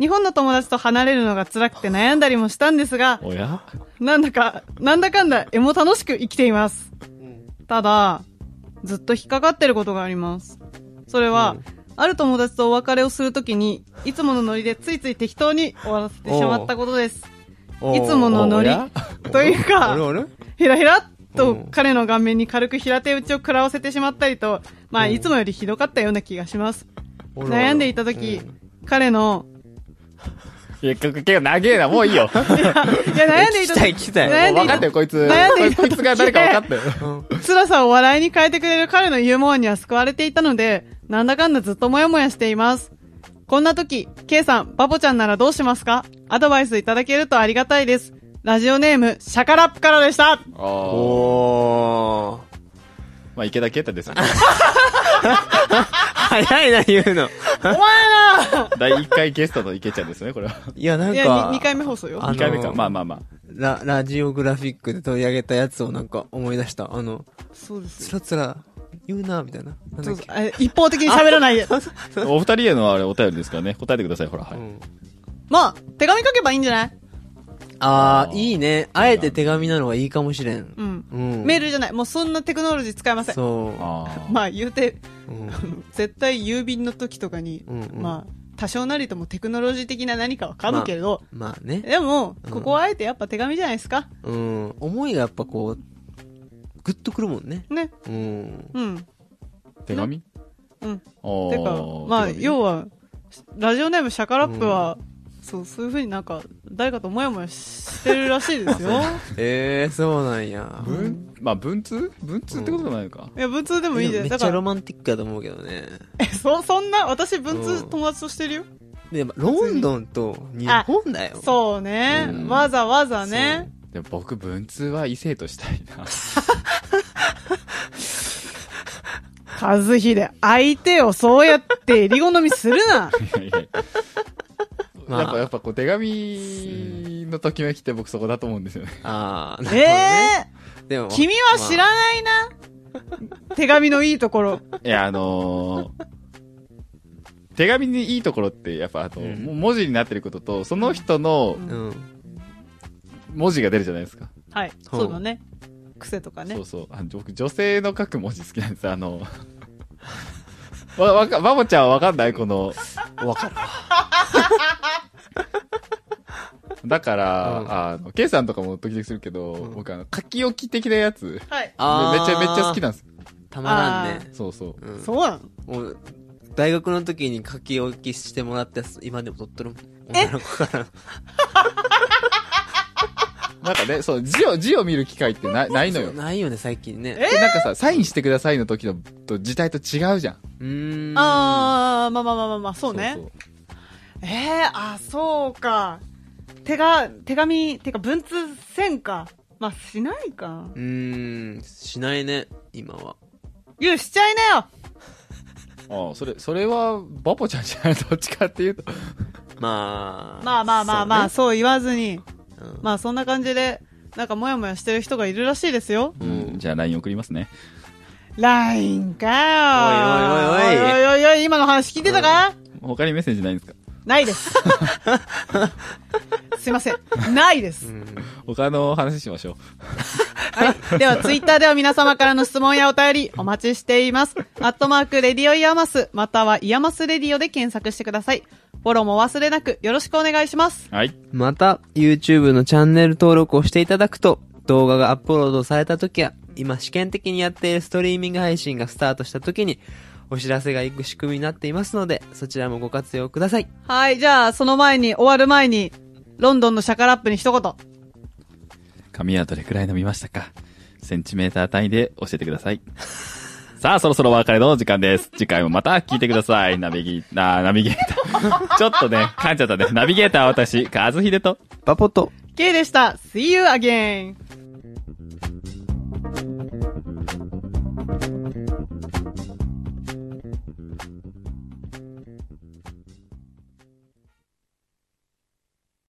Speaker 2: 日本の友達と離れるのが辛くて悩んだりもしたんですが、
Speaker 1: おや
Speaker 2: なんだか、なんだかんだ、絵も楽しく生きています。ただ、ずっと引っかかってることがあります。それは、
Speaker 3: うん
Speaker 2: ある友達とお別れをするときに、いつものノリでついつい適当に終わらせてしまったことです。
Speaker 3: おー
Speaker 2: いつものノリ
Speaker 3: おや
Speaker 2: というか
Speaker 3: あれあれ
Speaker 2: ひらひらっ
Speaker 3: う
Speaker 2: と
Speaker 3: ん
Speaker 2: 彼の顔面に軽く平手打ちを食らわせてしまったりと、まあ、
Speaker 3: うん
Speaker 2: いつもよりひどかったような気がします。
Speaker 3: おらおら
Speaker 2: 悩んでいた時
Speaker 3: うん
Speaker 2: 彼の、
Speaker 1: 結局、結構長えな、もういいよ。
Speaker 2: いや、悩ん
Speaker 3: 聞
Speaker 2: でい
Speaker 3: き
Speaker 2: た
Speaker 3: た
Speaker 2: 時
Speaker 3: い聞きたい。
Speaker 2: 悩んで
Speaker 1: 分
Speaker 2: い
Speaker 1: か
Speaker 2: た
Speaker 1: ったよ、こいつ。
Speaker 2: 悩んでいた時
Speaker 1: こいつが誰か分かったよ。
Speaker 3: うん
Speaker 2: 辛さを笑いに変えてくれる彼のユーモアには救われていたので、なんだかんだずっともやもやしています。こんな時、K さん、バボちゃんならどうしますかアドバイスいただけるとありがたいです。ラジオネーム、シャカラップからでした
Speaker 1: おー
Speaker 3: おー。
Speaker 1: まあ、池田啓太ですよ。
Speaker 3: 早いな、言うの。
Speaker 2: お前ら
Speaker 1: 第1回ゲストの池ちゃんですね、こ れは。
Speaker 3: いや、なん
Speaker 2: いや
Speaker 3: か、
Speaker 2: 2、回目放送よ。
Speaker 3: あ
Speaker 1: 2回目か。まあまあまあ。
Speaker 3: ラ、ラジオグラフィックで取り上げたやつをなんか思い出した。あの、
Speaker 2: そうです
Speaker 3: つ
Speaker 2: よ。
Speaker 3: らつら言うな、みたいな。なんだ
Speaker 2: そう
Speaker 3: っ
Speaker 2: そう
Speaker 3: け。
Speaker 2: あ一方的に喋らな いで。
Speaker 1: お二人へのあれお便りですからね。答えてください、ほら。は
Speaker 3: う
Speaker 1: い。
Speaker 3: ん
Speaker 2: まあ、手紙書けばいいんじゃない
Speaker 3: あ
Speaker 1: あ
Speaker 3: ー、
Speaker 1: ー
Speaker 3: いいね。あえて手紙なのがいいかもしれん。
Speaker 2: うん。
Speaker 3: うん。
Speaker 2: メールじゃない。もうそんなテクノロジー使いません。
Speaker 3: そ
Speaker 1: ああ。
Speaker 2: まあ言うて、
Speaker 3: う。うん
Speaker 2: 絶対郵便の時とかに、
Speaker 3: うんうん
Speaker 2: まあ、多少なりともテクノロジー的な何かわかるけれど、
Speaker 3: まあね。
Speaker 2: でも
Speaker 3: う、ん
Speaker 2: ここはあえてやっぱ手紙じゃないですか。
Speaker 3: うん。思いがやっぱこう、グッとくるもんね。
Speaker 2: ね。
Speaker 3: うん。
Speaker 2: うん。
Speaker 1: 手紙
Speaker 2: うん。て
Speaker 1: おー
Speaker 2: か、まあ、
Speaker 1: 手紙
Speaker 2: 要は、ラジオネームシャカラップは、そう、そういうふうになんか、誰かともやもやしてるらしいですよ。
Speaker 3: えー、そうなんや。
Speaker 1: 文、まあ文通文通ってことじゃないのか。
Speaker 2: いや、文通でもいいじゃ
Speaker 3: め
Speaker 2: ん。
Speaker 3: っ
Speaker 2: だ
Speaker 3: ちゃ
Speaker 2: か
Speaker 3: ロ
Speaker 2: ら、
Speaker 3: マンティックだと思うけどね。
Speaker 2: え、そ、そんな、私文
Speaker 3: う
Speaker 2: 通
Speaker 3: ん
Speaker 2: 友達としてるよ。
Speaker 3: で、やっぱロンドンと日本だよ。
Speaker 2: そうね
Speaker 1: う。ん
Speaker 2: わざわざね。
Speaker 1: でも僕、文通は異性としたいな。
Speaker 2: 和秀、相手をそうやって襟好みするな。
Speaker 1: いやい や
Speaker 3: まあ
Speaker 1: やっぱ、やっぱこう手紙のときめきって僕そこだと思うんですよね。
Speaker 3: あー、なるほどね。
Speaker 2: え
Speaker 3: でも
Speaker 2: え君は知らないな。手紙のいいところ。
Speaker 1: いや、あのー手紙にいいところって、やっぱあの、
Speaker 3: うん
Speaker 1: もう文字になってることと、その人の
Speaker 2: うん
Speaker 3: うん。
Speaker 1: 文字が出るじゃないですか。
Speaker 2: はい。
Speaker 3: ほう
Speaker 2: そうだね。癖とかね
Speaker 1: そう。そう。あの僕、女性の書く文字好きなんです。あの、 わ、わか、バボちゃんはわかんないこの、
Speaker 3: わかるわ。
Speaker 1: だから、
Speaker 3: うん
Speaker 1: あの、ケイさんとかも時々するけど、
Speaker 3: うん
Speaker 1: 僕あの、書き置き的なやつ、めめち
Speaker 2: はい。
Speaker 3: あー
Speaker 1: ゃめちゃ好きなんです。
Speaker 3: たまらんね。
Speaker 1: そうそう。
Speaker 3: うん。
Speaker 2: そうなの
Speaker 3: もう、大学の時に書き置きしてもらったやつ、今でも取っとるもん。女の子から。
Speaker 1: なんかね、そう、字を、字を見る機会ってなないのよ。
Speaker 3: ないよね、最近ね。
Speaker 1: でなんかさ、サインしてくださいの時のと字体と違うじゃん。
Speaker 3: うーん。
Speaker 2: あー、まあまあまあまあまあ、そうね。
Speaker 1: そう
Speaker 2: ええー、あ、そうか。手が、手紙、てか文通せんか。まあ、しないか。
Speaker 3: うーん。しないね、今は。
Speaker 2: ゆう、しちゃいなよ
Speaker 1: そうああ、それ、それは、バポちゃんじゃないどっちかっていうと。
Speaker 3: まあ。
Speaker 2: まあまあまあまあ、
Speaker 3: そ
Speaker 2: そう言わずに。
Speaker 3: うねうん
Speaker 2: まあ、そんな感じで、なんか、もやもやしてる人がいるらしいですよ。
Speaker 1: う、
Speaker 3: うんん
Speaker 1: じゃあ LINE 送りますね。
Speaker 2: LINE かよ。
Speaker 3: おいおいおい
Speaker 2: おいおいおい、今の話聞いてたか、
Speaker 1: 他にメッセージないんですか
Speaker 2: な いです。すいません。ないです。
Speaker 3: うん
Speaker 1: 他の話しましょう。
Speaker 2: はい。 では、ツイッターでは皆様からの質問やお便りお待ちしています。アットマーク、レディオイヤマス、またはイヤマスレディオで検索してください。フォローも忘れなくよろしくお願いします。
Speaker 1: はい。
Speaker 3: また、YouTube のチャンネル登録をしていただくと、動画がアップロードされた時や、今試験的にやっているストリーミング配信がスタートした時に、お知らせがいく仕組みになっていますので、そちらもご活用ください。
Speaker 2: はい。じゃあ、その前に、終わる前に、ロンドンのシャカラップに一言。
Speaker 1: 髪はどれくらい伸びましたかセンチメーター単位で教えてください。 さあ、そろそろお別れのお時間です。次回もまた聞いてください。ナビギー、あーナビゲーター。ちょっとね、噛んじゃったね。ナビゲーターは私、カズヒデと。
Speaker 3: バポと、
Speaker 2: K でした。See you again!